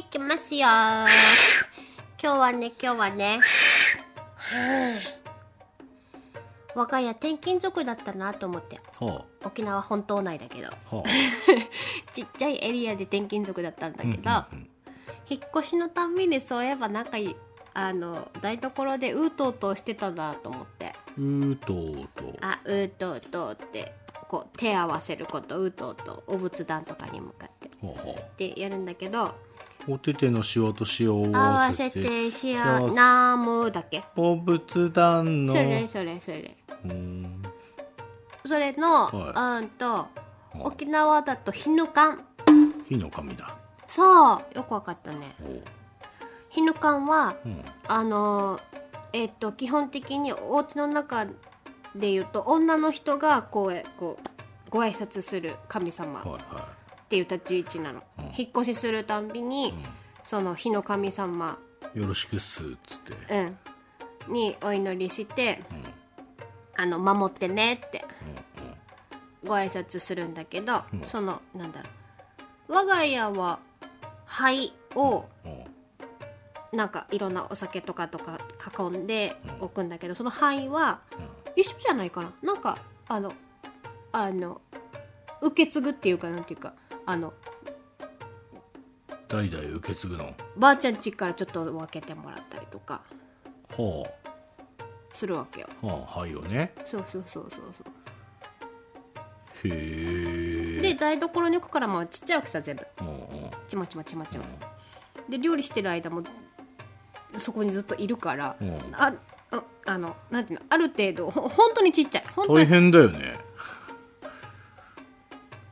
よー今日はね今日はね我が家転勤族だったなと思ってほ沖縄本島内だけどうほうちっちゃいエリアで転勤族だったんだうんけうど、んうん引っ越しのたんびにそういえばなんかいあの台所でうーとうとうしてたなと思ってうーとうとうあうーとうとうってこう手合わせることうーとうとうお仏壇とかに向かってほうほってやるんだけどうお手手のしわとしわを合わせてし合わよせうなーむーだっけお仏壇のそれそれそれうーんそれの、はうんとほ沖縄だとヒヌカンう火の神だそうよくわかったねほうヒヌカンはうんあのえっと基本的にお家の中でいうと女の人がこうこうご挨拶する神様はいっはていう立ち位置なの、うん引っ越しするたんびに、その火の神様、いよろしくっすっつってうん、にお祈りしてうんうんあの守ってねってうんご挨拶するんだけど、うんそのなんだろう我が家は灰を、うんなんかいろんなお酒とかとか囲んでうんおくんだけど、その灰は一緒じゃないかななんかあのあの受け継ぐっていうかなんていうかあの代々受け継ぐのばあちゃん家からちょっと分けてもらったりとかほするわけようはあはいよねそうそうそうそうそうへでえ台所に置くからまあちっちゃいわけさ全部うんうんちまちまちまちまで料理してる間もそこにずっといるから、うんあああのなんていうのある程度ほ本当にちっちゃい本当大に変だよね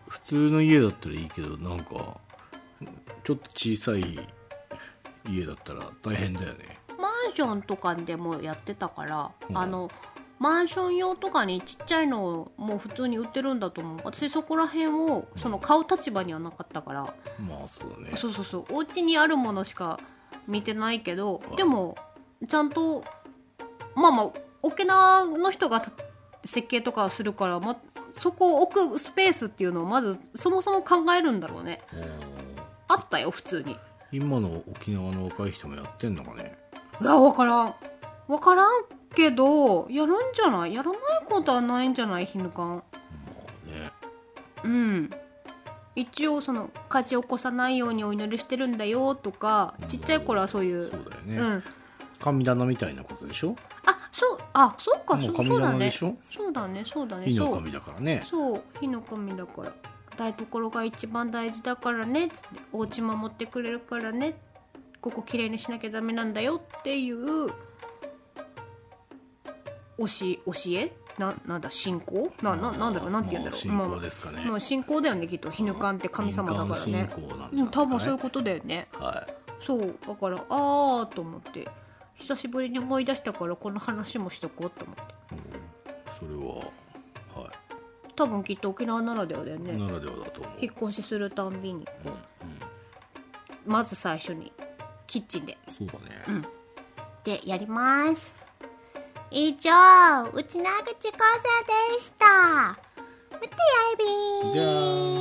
普通の家だったらいいけどなんかちょっと小さい家だったら大変だよねマンションとかでもやってたから、うんあのマンション用とかにちっちゃいのをもう普通に売ってるんだと思う私そこら辺をその買う立場にはなかったから、まあそうだねそうそうそうお家にあるものしか見てないけど、うんでもちゃんとまあまあ沖縄の人が設計とかするから、ま、そこを置くスペースっていうのをまずそもそも考えるんだろうねうんあったよ普通に今の沖縄の若い人もやってんのかねいや、わからん。わからんけど、やるんじゃないやらないことはないんじゃないヒヌカン。まあねうん。一応、その、火事起こさないようにお祈りしてるんだよとか、ちっちゃい頃はそういう。そうだようね、ん。神棚みたいなことでしょあ、そう、あ、そうか、もそうう神そうだ棚ねでし。ょそうだね、そうだね。火のそう神だからねそう、火の神だから。台所が一番大事だからねつってお家守ってくれるからねここ綺麗にしなきゃダメなんだよっていう教し教えななんだ信仰なななんだろうなんて言うんだろうまあ信仰ですかね、まあ、まあ信仰だよねきっとヒヌカンって神様だからね民間信仰なんじゃないかねうん多分そういうことだよねはそうだからああと思って久しぶりに思い出したからこの話もしとこうと思ってい、うん、それはは多分きっと沖縄ならではだよい、ねならではだと思う引っ越しするたんびにこうまず最初にキッチンでそうだね、でやります以上うちなぐちこさでしたまたやいびーじゃあ